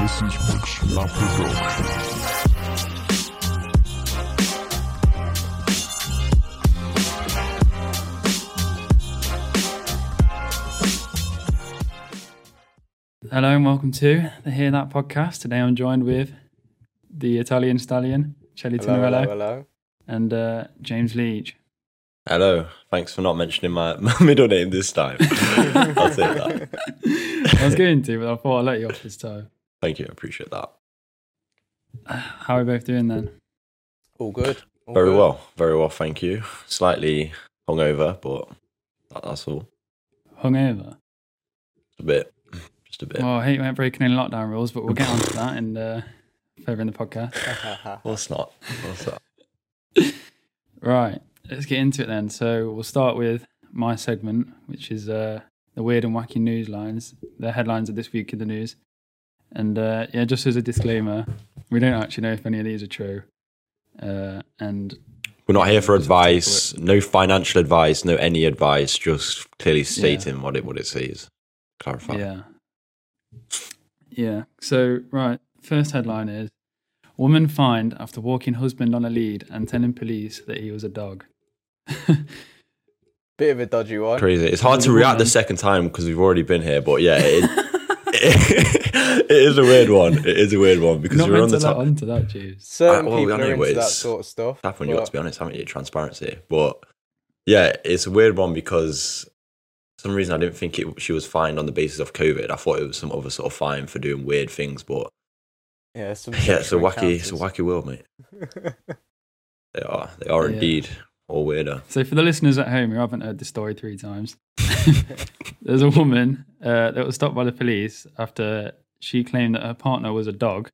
This is Rich La Production. Hello and welcome to the Hear That podcast. Today I'm joined with the Italian stallion, Chelly Tinarello, hello. and uh, James Leach. Hello. Thanks for not mentioning my, my middle name this time. I'll take that. I was going to, but I thought I'd let you off this time. Thank you. I appreciate that. How are we both doing then? All good. All Very good. well. Very well. Thank you. Slightly hungover, but that, that's all. Hungover? Just a bit. Just a bit. Well, I hate when breaking any lockdown rules, but we'll get onto that and uh, further in the podcast. Well, it's not. Well, it's not. Right, let's get into it then. So we'll start with my segment, which is uh, the weird and wacky news lines, the headlines of this week in the news. And uh, yeah, just as a disclaimer, we don't actually know if any of these are true. Uh, and We're not here for advice. No financial advice. No any advice. Just clearly stating what it what it says. Clarify. yeah, yeah. So right, first headline is: Woman fined after walking husband on a lead and telling police that he was a dog. Bit of a dodgy one. Crazy. It's hard to react the second time because we've already been here. But yeah, it, it is a weird one. It is a weird one because Not we're meant on to the let top. on to that, Jeeves. Certain Uh, well, people I know are into it that is. sort of stuff. That's when you but got to be honest, haven't you? Transparency. But yeah, it's a weird one because for some reason I didn't think it, she was fined on the basis of COVID. I thought it was some other sort of fine for doing weird things. But Yeah, some yeah, it's sexual a wacky, it's a encounters. wacky world, mate. They are, they are Yeah. indeed all weirder. So, for the listeners at home who haven't heard this story three times, there's a woman uh, that was stopped by the police after she claimed that her partner was a dog.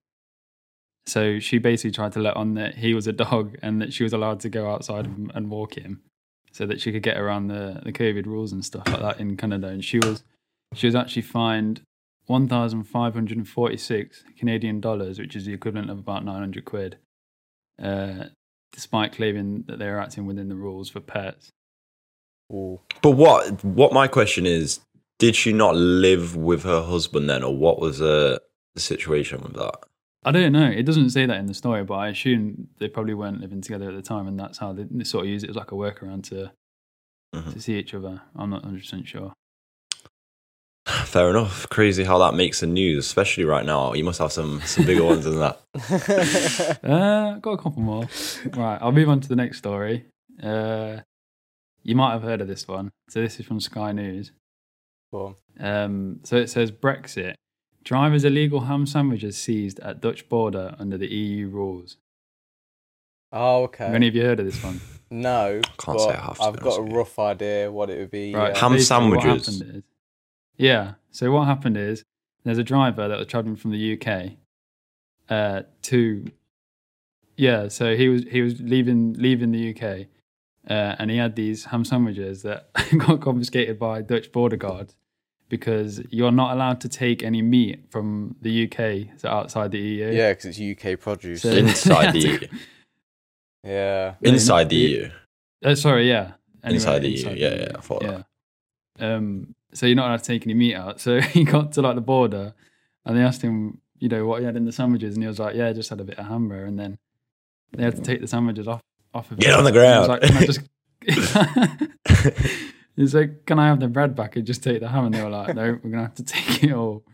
So, she basically tried to let on that he was a dog and that she was allowed to go outside and, and walk him so that she could get around the, the COVID rules and stuff like that in Canada. And she was, she was actually fined 1,546 Canadian dollars, which is the equivalent of about 900 quid. Uh, despite claiming that they are acting within the rules for pets. Ooh. But what, what my question is, did she not live with her husband then, or what was the, the situation with that? I don't know. It doesn't say that in the story, but I assume they probably weren't living together at the time, and that's how they, they sort of use it as like a workaround to Mhm. to see each other. I'm not 100 percent sure. Fair enough. Crazy how that makes the news, especially right now. You must have some some bigger ones than that. Uh, got a couple more. right, I'll move on to the next story. Uh, you might have heard of this one. So this is from Sky News. Well, Um, so it says Brexit. Drivers' illegal ham sandwiches seized at Dutch border under the EU rules. oh, Have okay. any of you heard of this one? No, but Can't say I have, to I've be got honest a with you. rough idea what it would be. Right. yeah. Ham basically what sandwiches. happened is- yeah. So what happened is there's a driver that was traveling from the UK uh, to yeah. So he was he was leaving leaving the UK uh, and he had these ham sandwiches that got confiscated by Dutch border guards because you're not allowed to take any meat from the UK to outside the E EU. yeah, because it's UK produce. So- Inside the EU. yeah. Yeah, Inside the E yeah. EU. Uh, sorry, yeah. Anyway, Inside the EU, yeah, yeah, I thought yeah. Um, so you're not allowed to take any meat out. So he got to like the border, and they asked him, you know, what he had in the sandwiches, and he was like, "Yeah, I just had a bit of hamburger." And then they had to take the sandwiches off off of. Get him. on the And he was ground. like, "Can I just?" He's like, "Can I have the bread back and just take the ham?" And they were like, "No, we're gonna have to take it all."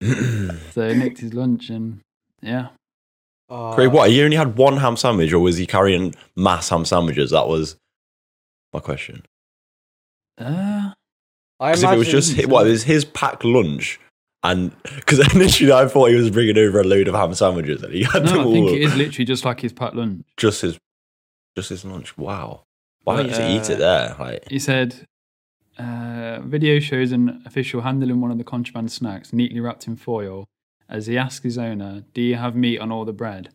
So he nicked his lunch, and yeah, Oh, Craig, what? He only had one ham sandwich, or was he carrying mass ham sandwiches? That was my question. uh, I Because if it was just hi- what it was his packed lunch, and because initially I thought he was bringing over a load of ham sandwiches, and he had them no, I all. think it is literally just like his packed lunch. Just his, just his lunch. Wow. Why Well, don't you just eat uh, it there? Like He said, uh, video shows an official handling one of the contraband snacks neatly wrapped in foil as he asked his owner, Do you have meat on all the bread?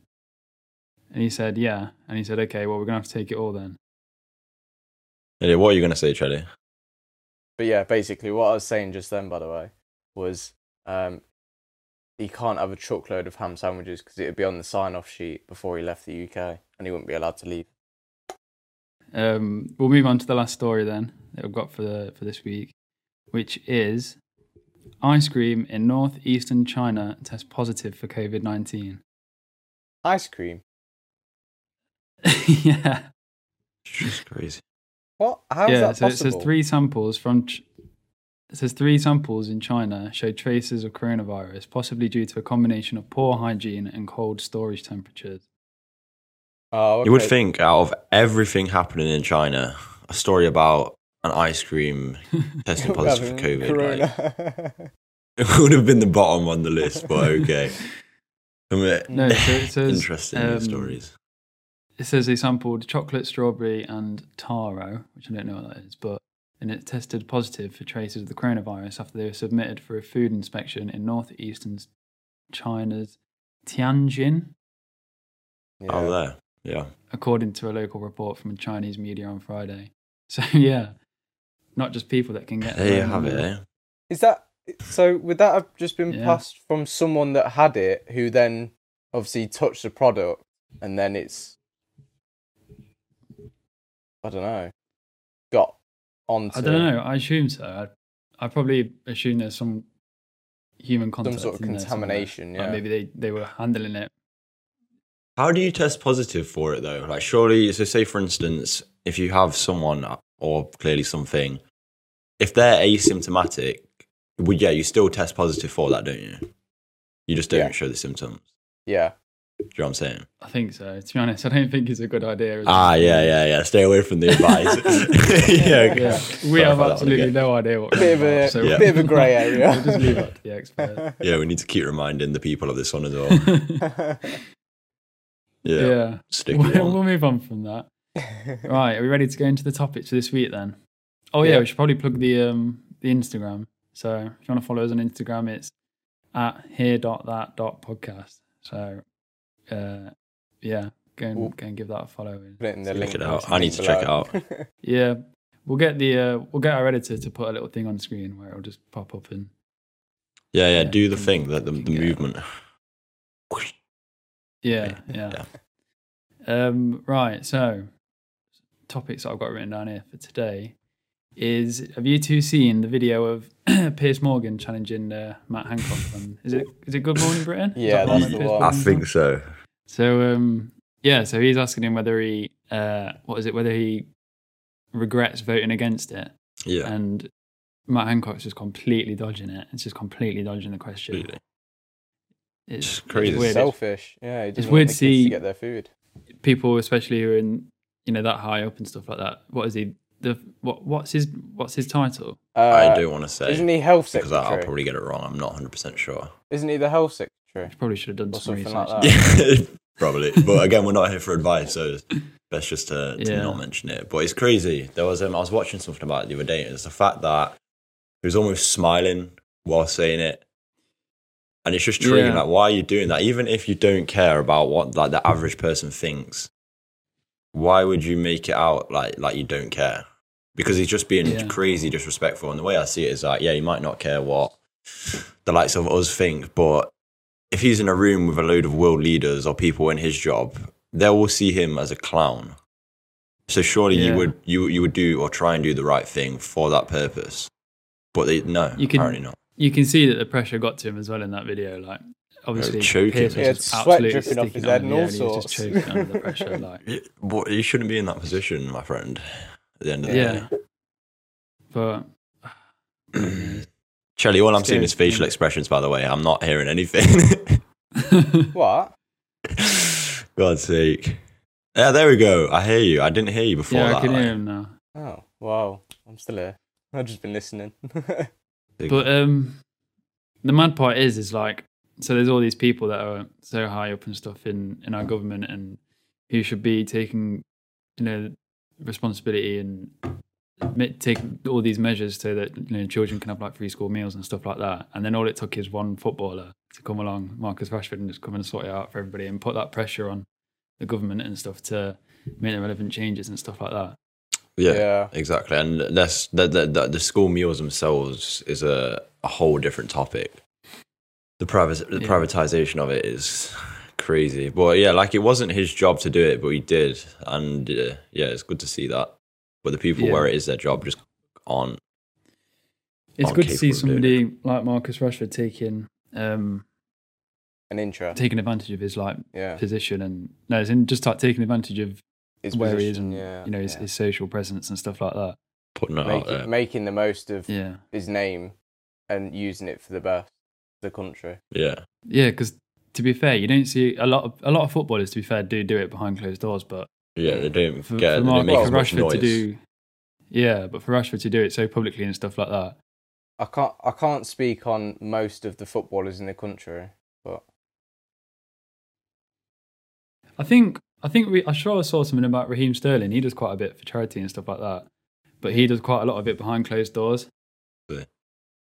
And he said, Yeah. And he said, Okay, well, we're going to have to take it all then. Anyway, what are you gonna say, Charlie? But yeah, basically, what I was saying just then, by the way, was um, he can't have a truckload of ham sandwiches because it would be on the sign-off sheet before he left the UK, and he wouldn't be allowed to leave. Um, we'll move on to the last story then that I've got for, the, for this week, which is ice cream in northeastern China test positive for COVID 19. Ice cream. yeah. It's just crazy. What? How is yeah, that so possible? it says three samples from. Ch- it says three samples in China showed traces of coronavirus, possibly due to a combination of poor hygiene and cold storage temperatures. Oh, You would okay. think out of everything happening in China, a story about an ice cream testing positive for Having COVID like, corona. it would have been the bottom on the list, but okay. I mean, No, so it says interesting um, stories. It says they sampled chocolate, strawberry, and taro, which I don't know what that is, but and it tested positive for traces of the coronavirus after they were submitted for a food inspection in northeastern China's Tianjin, Yeah. Out Oh, there, yeah. according to a local report from Chinese media on Friday. So yeah, not just people that can get. There you them. have it. Eh? Is that so? Would that have just been Yeah. passed from someone that had it, who then obviously touched the product, and then it's I don't know, got onto I don't know. I assume so. I, I probably assume there's some human contact, sort of in there somewhere. contamination, Like, yeah. maybe they they were handling it. How do you test positive for it though? Like, surely, so say for instance, if you have someone or clearly something, if they're asymptomatic, well, yeah, you still test positive for that, don't you? You just don't Yeah. show the symptoms. Yeah, Do you know what I'm saying? I think so. To be honest, I don't think it's a good idea. as Ah, yeah, yeah, yeah. Stay away from the advice. yeah, okay. Yeah, we Sorry have for that one absolutely again. no idea what Bit of we're a- about, so Yeah. bit of a grey area. we'll just leave that to the expert. Yeah, we need to keep reminding the people of this one as well. Yeah, yeah. stick We'll, one. we'll move on from that. Right, are we ready to go into the topics for this week then? Oh yeah, Yeah. we should probably plug the um the Instagram. So if you want to follow us on Instagram, it's at here.that.podcast. So uh yeah, go Ooh. and, go and give that a follow. put it in the Check link. it out. I need to check it out. Yeah. We'll get the uh, we'll get our editor to put a little thing on screen where it'll just pop up and Yeah, yeah, Yeah, do the can- thing that the, can the get- movement. Yeah, yeah. Um, right, so topics that I've got written down here for today is have you two seen the video of Piers Morgan challenging uh, Matt Hancock on is it is it Good Morning Britain? Is that Yeah, the one that that's the Piers one. I Morgan's on? so. So um yeah, so he's asking him whether he uh what is it, whether he regrets voting against it. Yeah. And Matt Hancock's just completely dodging it. It's just completely dodging the question. Completely. It's, It's crazy. It's weird. Selfish. Yeah, it doesn't weird want the kids to see- to get their food. people, especially who are in you know that high up and stuff like that. What is he? The what? What's his? What's his title? Uh, I don't want to say Isn't he health because I, I'll secretary? probably get it wrong. I'm not 100% sure. Isn't he the health secretary? Probably should have done Or some something research. like that. Yeah, Um, probably. But again, we're not here for advice, so it's best just to, to Yeah. not mention it. But it's crazy. There was um, I was watching something about it the other day, and it's the fact that he was almost smiling while saying it, and it's just triggering. Yeah. Like, why are you doing that? Even if you don't care about what like the average person thinks, why would you make it out like like you don't care? Because he's just being Yeah. crazy disrespectful. And the way I see it is like, yeah, you might not care what the likes of us think, but if he's in a room with a load of world leaders or people in his job, they will see him as a clown. So surely you Yeah. would you you would do or try and do the right thing for that purpose. But they, no, You can- apparently not. You can see that the pressure got to him as well in that video. Like obviously, choking. Pierce was Yeah, just sweat absolutely dripping off his sticking on head and yeah, all he was just sorts. choking under the pressure. Like It- But you shouldn't be in that position, my friend. At the end of the day. yeah, but Chelly, all I'm Scary seeing is facial thing. expressions, by the way. I'm not hearing anything. What? God's sake. Yeah, there we go. I hear you. I didn't hear you before yeah, that. I can like, hear him now. Oh, wow. I'm still here. I've just been listening. big- But um, the mad part is, is like, so there's all these people that are so high up and stuff in in our government, and who should be taking, you know, responsibility and mi- take all these measures so that you know children can have like free school meals and stuff like that. And then all it took is one footballer to come along, Marcus Rashford, and just come and sort it out for everybody and put that pressure on the government and stuff to make the relevant changes and stuff like that. yeah, Yeah. exactly. And that's the, the, the, the school meals themselves is a, a whole different topic. The, privat- the Yeah. privatization of it is crazy. But yeah, like it wasn't his job to do it, but he did. And uh, yeah, it's good to see that. But the people Yeah. where it is their job just aren't. It's aren't good to see capable of doing it. somebody like Marcus Rashford taking um, An intro. taking advantage of his like Yeah. position and no, it's in just like taking advantage of His where he is position, and you know his, yeah. his social presence and stuff like that. putting it out Making- there. making the most of Yeah, his name and using it for the best the country. Yeah, yeah. Because to be fair, you don't see a lot of a lot of footballers. To be fair, do do it behind closed doors, but yeah, they don't for, for get it. They don't Marcus make as much Rashford noise. to do, yeah, but for Rashford to do it so publicly and stuff like that, I can't I can't speak on most of the footballers in the country, but I think I think we I sure I saw something about Raheem Sterling. He does quite a bit for charity and stuff like that, but he does quite a lot of it behind closed doors.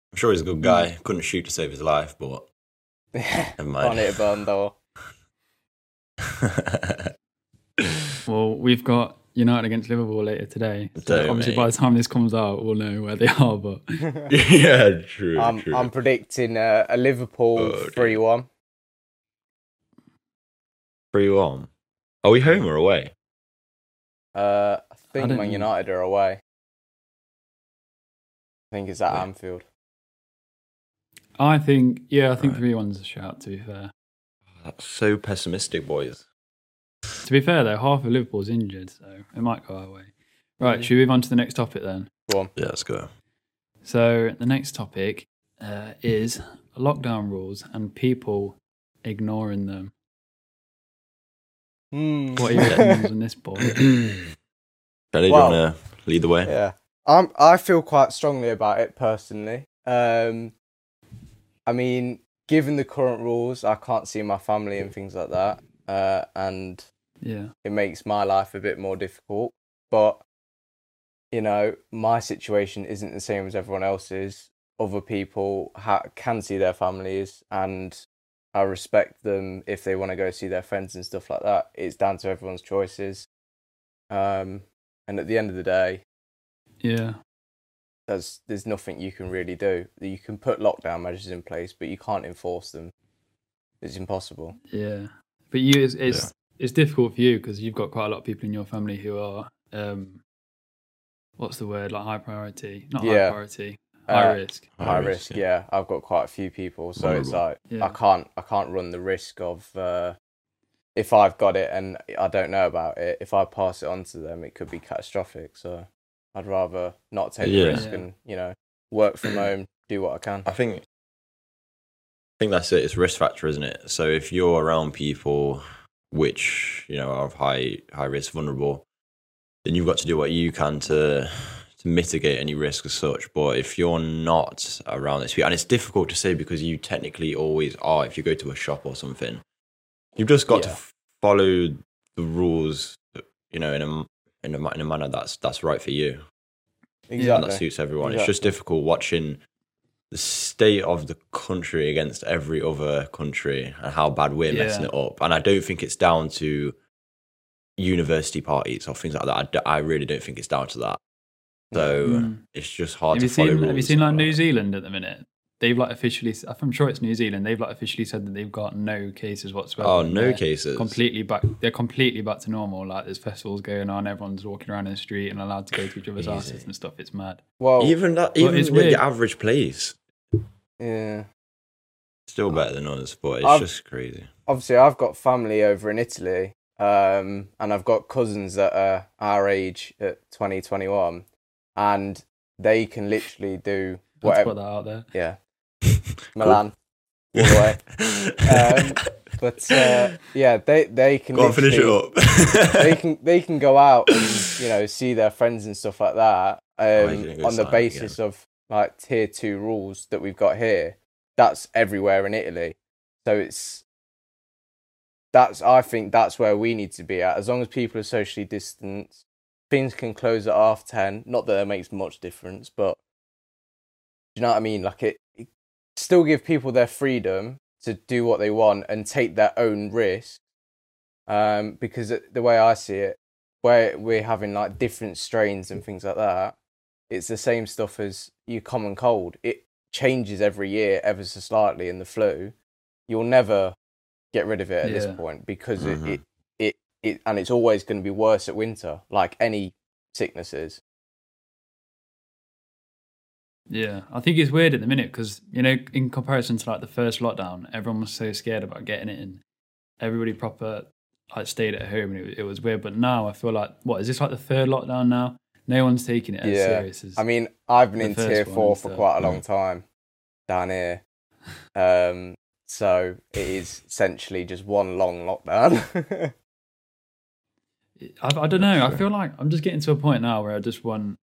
I'm sure he's a good guy. Couldn't shoot to save his life, but never can't mind. hit a burn door. Well, we've got United against Liverpool later today. So Don't, obviously, mate. by the time this comes out, we'll know where they are. But yeah, true. I'm true. I'm predicting uh, a Liverpool Oh, dear. three one. Three one. Are we home or away? Uh, I think don't Man know. United are away. I think it's at Yeah. Anfield. I think, yeah, I think Right. three one's a shout. To be fair, That's so pessimistic, boys. to be fair though, half of Liverpool's injured, so it might go our way. Right, should we move on to the next topic then? Go on. Yeah, let's go. So the next topic uh, is lockdown rules and people ignoring them. What are your opinions on this, boy? Belly, Wow. do you want to lead the way? Yeah, I'm. I feel quite strongly about it personally. Um, I mean, given the current rules, I can't see my family and things like that, uh, and Yeah. it makes my life a bit more difficult. But you know, my situation isn't the same as everyone else's. Other people ha- can see their families, and I respect them if they want to go see their friends and stuff like that. It's down to everyone's choices. Um, and at the end of the day, Yeah. there's there's nothing you can really do. You can put lockdown measures in place, but you can't enforce them. It's impossible. Yeah, but you it's it's, it's difficult for you because you've got quite a lot of people in your family who are um, what's the word like high priority, not high Yeah. priority, high Uh, risk. High, risk, yeah. I've got quite a few people, so it's Vulnerable. like Yeah. I can't I can't run the risk of uh, if I've got it and I don't know about it. If I pass it on to them, it could be catastrophic. So I'd rather not take Yeah. the risk Yeah. and you know work from home, do what I can. I think I think that's it. It's risk factor, isn't it? So if you're around people which you know are of high high risk, vulnerable, then you've got to do what you can to to mitigate any risk as such. But if you're not around this, and it's difficult to say because you technically always are. If you go to a shop or something, you've just got Yeah. to follow the rules, you know, in a in a, in a manner that's that's right for you and that Exactly. suits everyone. It's Exactly. just difficult watching the state of the country against every other country and how bad we're Yeah. messing it up. And I don't think it's down to university parties or things like that. I d- I, really don't think it's down to that. So Mm. it's just Have hard to you follow seen rules. Have you seen like and New that. Zealand at the minute? They've like officially. s- I'm sure it's New Zealand. They've like officially said that they've got no cases whatsoever. Oh, and no they're cases. Completely back. They're completely back to normal. Like there's festivals going on. Everyone's walking around in the street and allowed to go to each other's Crazy. asses and stuff. It's mad. Well, Even that, Well, even it's with weird. the average place, yeah. Oh. still better than us, but it's I've- just crazy. obviously I've got family over in Italy, um, and I've got cousins that are our age at 2021, and they can literally do I'll whatever. put that out there. Yeah, Milan, all the way. Um, But uh, yeah, they they can Go on, finish it literally- up. they can they can go out and you know see their friends and stuff like that um, Oh, he's gonna go on the silent basis of like tier two rules that we've got here. That's everywhere in Italy, so it's that's I think that's where we need to be at. As long as people are socially distanced, things can close at half ten. Not that it makes much difference, but do you know what I mean? Like it, it still give people their freedom to do what they want and take their own risk. Um, because it- the way I see it, where we're having like different strains and things like that, it's the same stuff as your common cold. It changes every year ever so slightly in the flu. You'll never get rid of it at Yeah. this point because Mhm. it, it, it, it, and it's always going to be worse at winter, like any sicknesses. Yeah, I think it's weird at the minute because you know, in comparison to like the first lockdown, everyone was so scared about getting it, and everybody proper like stayed at home, and it, it was weird. But now I feel like, what is this like the third lockdown now? No one's taking it as Yeah. serious as I mean, I've been the in first tier one four and for stuff. quite a long time down here. Um, so it is essentially just one long lockdown. I, I don't know. I feel like I'm just getting to a point now where I just want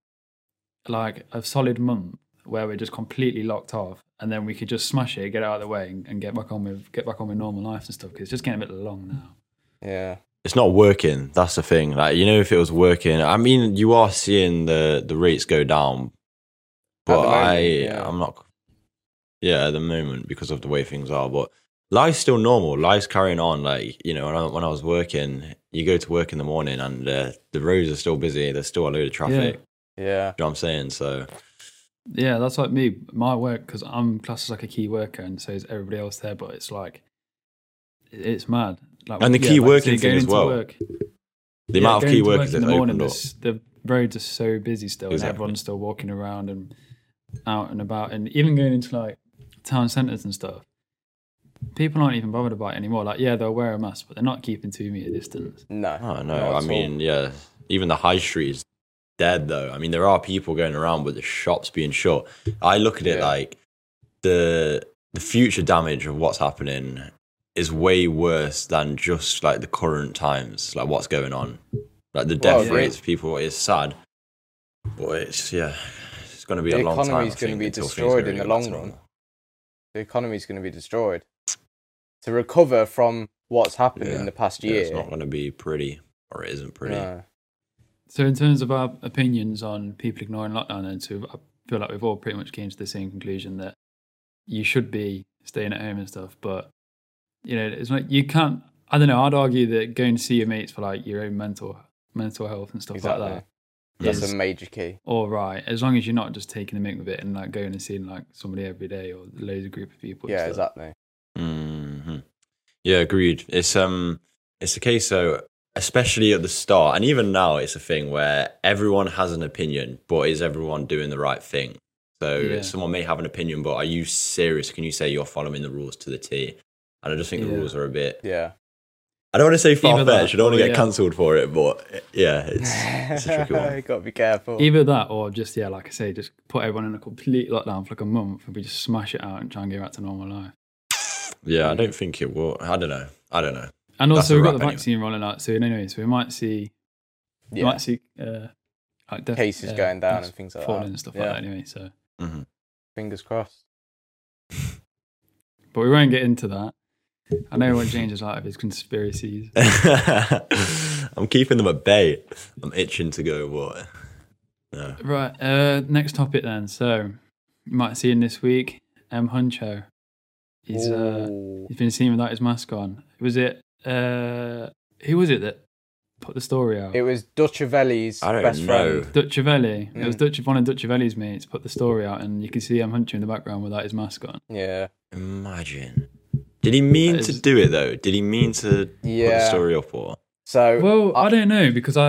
like a solid month where we're just completely locked off, and then we could just smash it, get it out of the way, and, and get back on with get back on with normal life and stuff. Because it's just getting a bit long now. yeah. It's not working. That's the thing. Like you know, if it was working, I mean, you are seeing the the rates go down, At the but I moment, yeah. I'm not. Yeah, at the moment because of the way things are, but life's still normal. Life's carrying on. Like you know, when I, when I was working, you go to work in the morning and uh, the roads are still busy. There's still a load of traffic. Yeah. You Yeah. know what I'm saying? So Yeah, that's like me. My work because I'm classed as like a key worker, and so is everybody else there. But it's like it- it's mad. Like, And the yeah, key like, working you're thing going as into well. work- yeah, the amount of going key to work workers in that's the morning, opened up. this- the roads are so busy still, and Exactly. everyone's still walking around and out and about, and even going into like town centres and stuff. People aren't even bothered about it anymore. Like, yeah, they'll wear a mask, but they're not keeping two meter distance. No. Oh not no, at I all. mean, yeah, even the high street is dead though. I mean, there are people going around, but the shops being shut. I look at it Yeah. like the the future damage of what's happening is way worse than just like the current times, like what's going on, like the death Well, yeah. rates. of People is sad, but it's yeah, it's going to be The a long time. I economy's gonna think, be until things destroyed in really the go long back to run. normal. The economy's going to be destroyed. To recover from what's happened Yeah. in the past Yeah, year. it's not going to be pretty, or it isn't pretty. no. So, in terms of our opinions on people ignoring lockdown, then, so I feel like we've all pretty much came to the same conclusion that you should be staying at home and stuff. But you know, it's like you can't. I don't know. I'd argue that going to see your mates for like your own mental mental health and stuff Exactly. like that. That's is- a major key. all right as long as you're not just taking the mick with it and like going and seeing like somebody every day or loads of group of people and Yeah, stuff. exactly. hmm Yeah, agreed. It's um, it's a case so especially at the start, and even now, it's a thing where everyone has an opinion, but is everyone doing the right thing? So Yeah. someone may have an opinion, but are you serious? Can you say you're following the rules to the T? And I just think the Yeah. rules are a bit. Yeah. I don't want to say Either far that fetched. I don't want or, to get yeah. cancelled for it, but uh, yeah, it's it's a tricky one. Got to be careful. either that or just yeah like i say just put everyone in a complete lockdown for like a month and we just smash it out and try and get back to normal life Yeah, I don't think it will. I don't know. I don't know. and That's also a we've got wrap the anyway. vaccine rolling out soon anyway so we might see we yeah. might see uh like death, Cases yeah, going down deaths and things like falling that. and stuff Yeah. like that anyway so hmm Fingers crossed. but we won't get into that i know what james is out of his conspiracies I'm keeping them at bay. I'm itching to go. What? No. right uh next topic then so you might see him this week m huncho he's uh Ooh. He's been seen without his mask on. Was it uh who was it that put the story out? It was Duchavelli's I don't best know. friend. Duchavelli. It was Mm. Dutch one of Duchavelli's mates put the story out and you can see him hunching in the background without his mask on. Yeah. Imagine. Did he mean That to is- do it though? Did he mean to put the Yeah. story up or? So Well, I I- don't know because I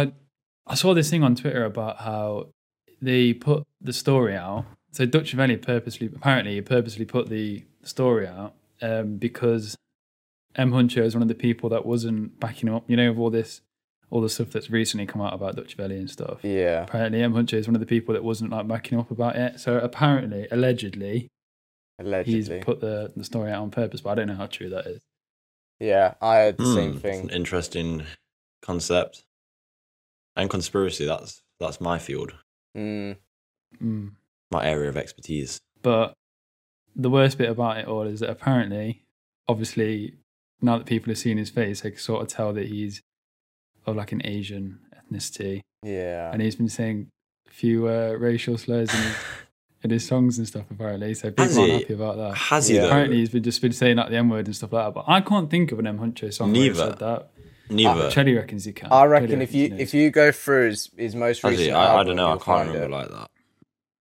I saw this thing on Twitter about how they put the story out. So Duchavelli purposely apparently he purposely put the story out um, because M Huncho is one of the people that wasn't backing up, you know, of all this all the stuff that's recently come out about Duchavelli and stuff. yeah. apparently M Hunter is one of the people that wasn't like backing up about it. So apparently, allegedly, Allegedly. he's put the, the story out on purpose, but I don't know how true that is. Yeah, I heard the Hmm, same it's thing. An interesting concept. And conspiracy. That's that's my field, Mm, Mm. my area of expertise. But the worst bit about it all is that apparently, obviously, now that people have seen his face, they can sort of tell that he's of like an Asian ethnicity, yeah. and he's been saying a few uh, racial slurs in his, in his songs and stuff. Apparently, so Has people aren't he? happy about that. Has he Uh, Yeah. though? Apparently, he's been just been saying like the N word and stuff like that. But I can't think of an M Huncho song where he Neither. said that. Neither. Chelly reckons you can. I Chelly reckon reckons if he you knows. if you go through his, his most Has he? recent I, I album, don't know. I you'll can't find remember it. like that.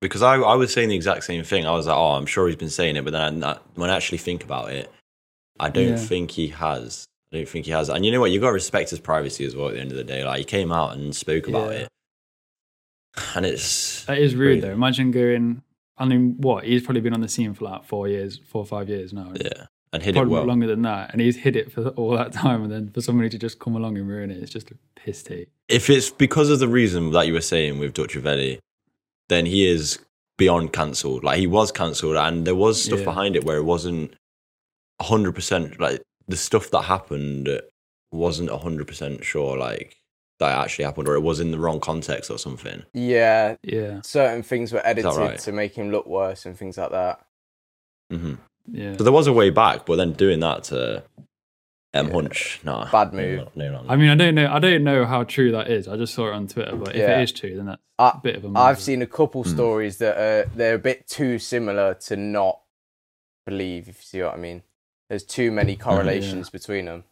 Because I, I was saying the exact same thing. I was like, oh, I'm sure he's been saying it, but then I, not- when I actually think about it, I don't Yeah. think he has. I don't think he has. And you know what? You got to respect his privacy as well. At the end of the day, like he came out and spoke about Yeah. it, and it's that is rude Crazy. though. Imagine going I mean, what? He's probably been on the scene for like four years, four or five years now. Yeah, and hit Probably it well. longer than that. And he's hid it for all that time. And then for somebody to just come along and ruin it, it's just a piss take. If it's because of the reason that you were saying with Ducciavelli, then he is beyond cancelled. Like he was cancelled, and there was stuff Yeah. behind it where it wasn't hundred percent. Like the stuff that happened wasn't hundred percent sure. Like that actually happened, or it was in the wrong context or something. Yeah, Yeah. certain things were edited right? to make him look worse and things like that. hmm Yeah. So there was a way back, but then doing that to M Hunch, nah, Bad move. No, no, no. I mean, I don't know. I don't know how true that is. I just saw it on Twitter. But if Yeah. it is true, then that's I- a bit of a. I've miser. seen a couple Hmm. stories that are they're a bit too similar to not believe. If you see what I mean, there's too Hmm. many correlations between them.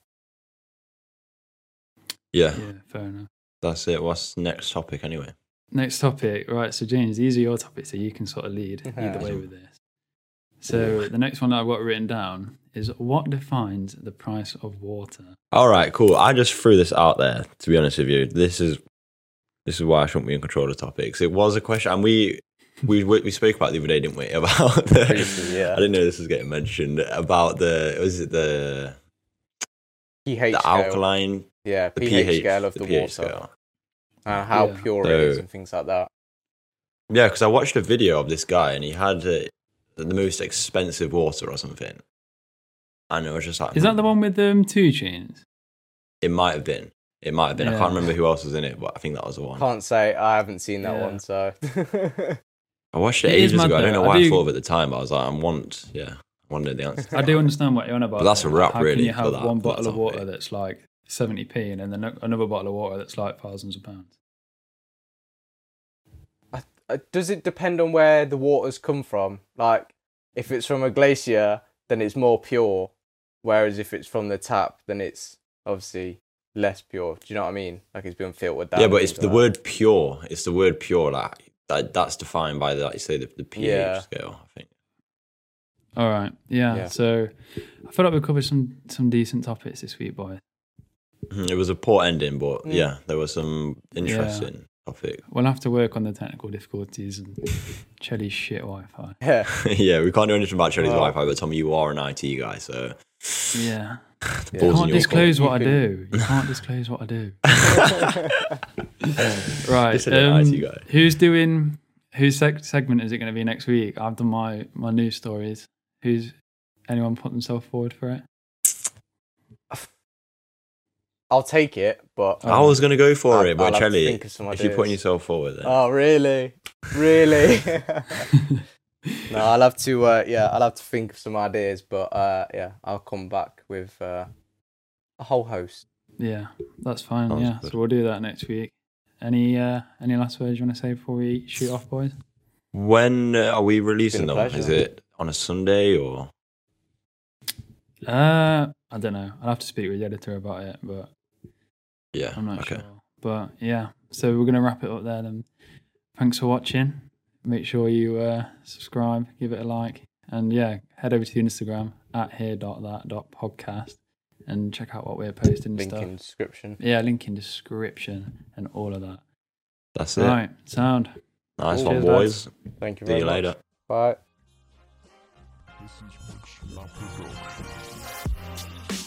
yeah, Yeah, fair enough. that's it. What's next topic anyway? Next topic, right? So James, these are your topics, so you can sort of lead either way with this. So the next one that I've got written down is what defines the price of water? All right, cool. I just threw this out there. To be honest with you, this is this is why I shouldn't be in control of topics. It was a question, and we we we we spoke about it the other day, didn't we? About the, Briefly, yeah. I didn't know this was getting mentioned about the was it the pH the scale. alkaline yeah, the pH, scale of the, water pH scale. and how Yeah. pure it is So- and things like that. Yeah, because I watched a video of this guy and he had uh, the most expensive water or something, and it was just like Is that the one with um, two chains? It might have been. It might have been. I Yeah. can't remember who else was in it, but I think that was the one. Can't say I haven't seen that Yeah. one. So I watched it, It is ages mad ago. I don't though. know I why I, do- thought of it at the time. I was like, I want, yeah, I want to know the answer. I do understand what you're on about. But that's though. a wrap, How really, Can you for have that- eh? one for that bottle of topic. water that's like 70p and then ano- another bottle of water that's like thousands of pounds? Uh, does it depend on where the waters come from? Like, if it's from a glacier, then it's more pure, whereas if it's from the tap, then it's obviously less pure. Do you know what I mean? Like it's been filtered down. yeah, and but it's things the like word pure. It's the word pure. Like that, that's defined by the, like you say, the, the pH Yeah. scale. I think. All right. Yeah. Yeah. So I feel like we've covered some some decent topics this week, boys. Mhm, It was a poor ending, but Mm. yeah, there was some interesting topic. We'll have to work on the technical difficulties and Chelly's shit Wi Fi. that. yeah, we can't do anything about Charlie's Well- Wi-Fi, but Tom, you are an IT guy, so Yeah. Yeah. the ball's in can't your disclose court. what I You do. You can't disclose what I do. You Right. said an IT um, guy. who's doing whose seg- segment is it going to be next week? I've done my my news stories. Who's anyone put themselves forward for it? I'll take it, um, but I was gonna go for it, but I'll have to Charlie, think of if some you're putting ideas. yourself forward, then oh really, really? no, I'll have to. Uh, yeah, I'll have to think of some ideas, but uh, yeah, I'll come back with uh, a whole host. yeah, that's fine. Sounds yeah, good. so we'll do that next week. Any uh, any last words you want to say before we shoot off, boys? when uh, are we releasing been a them? pleasure. Is it on a Sunday or? Uh, I don't know. I'll have to speak with the editor about it, but Yeah. I'm not okay. sure. But yeah, so we're going to wrap it up there then. Thanks for watching. Make sure you uh, subscribe, give it a like, and yeah, head over to the Instagram at here.that.podcast and check out what we're posting and Link stuff. in description. Yeah, link in description and all of that. That's it. Right, sound. Nice Cool. one, Cheers, boys. Thank you See very you much. later. Bye. This is Rich La Production.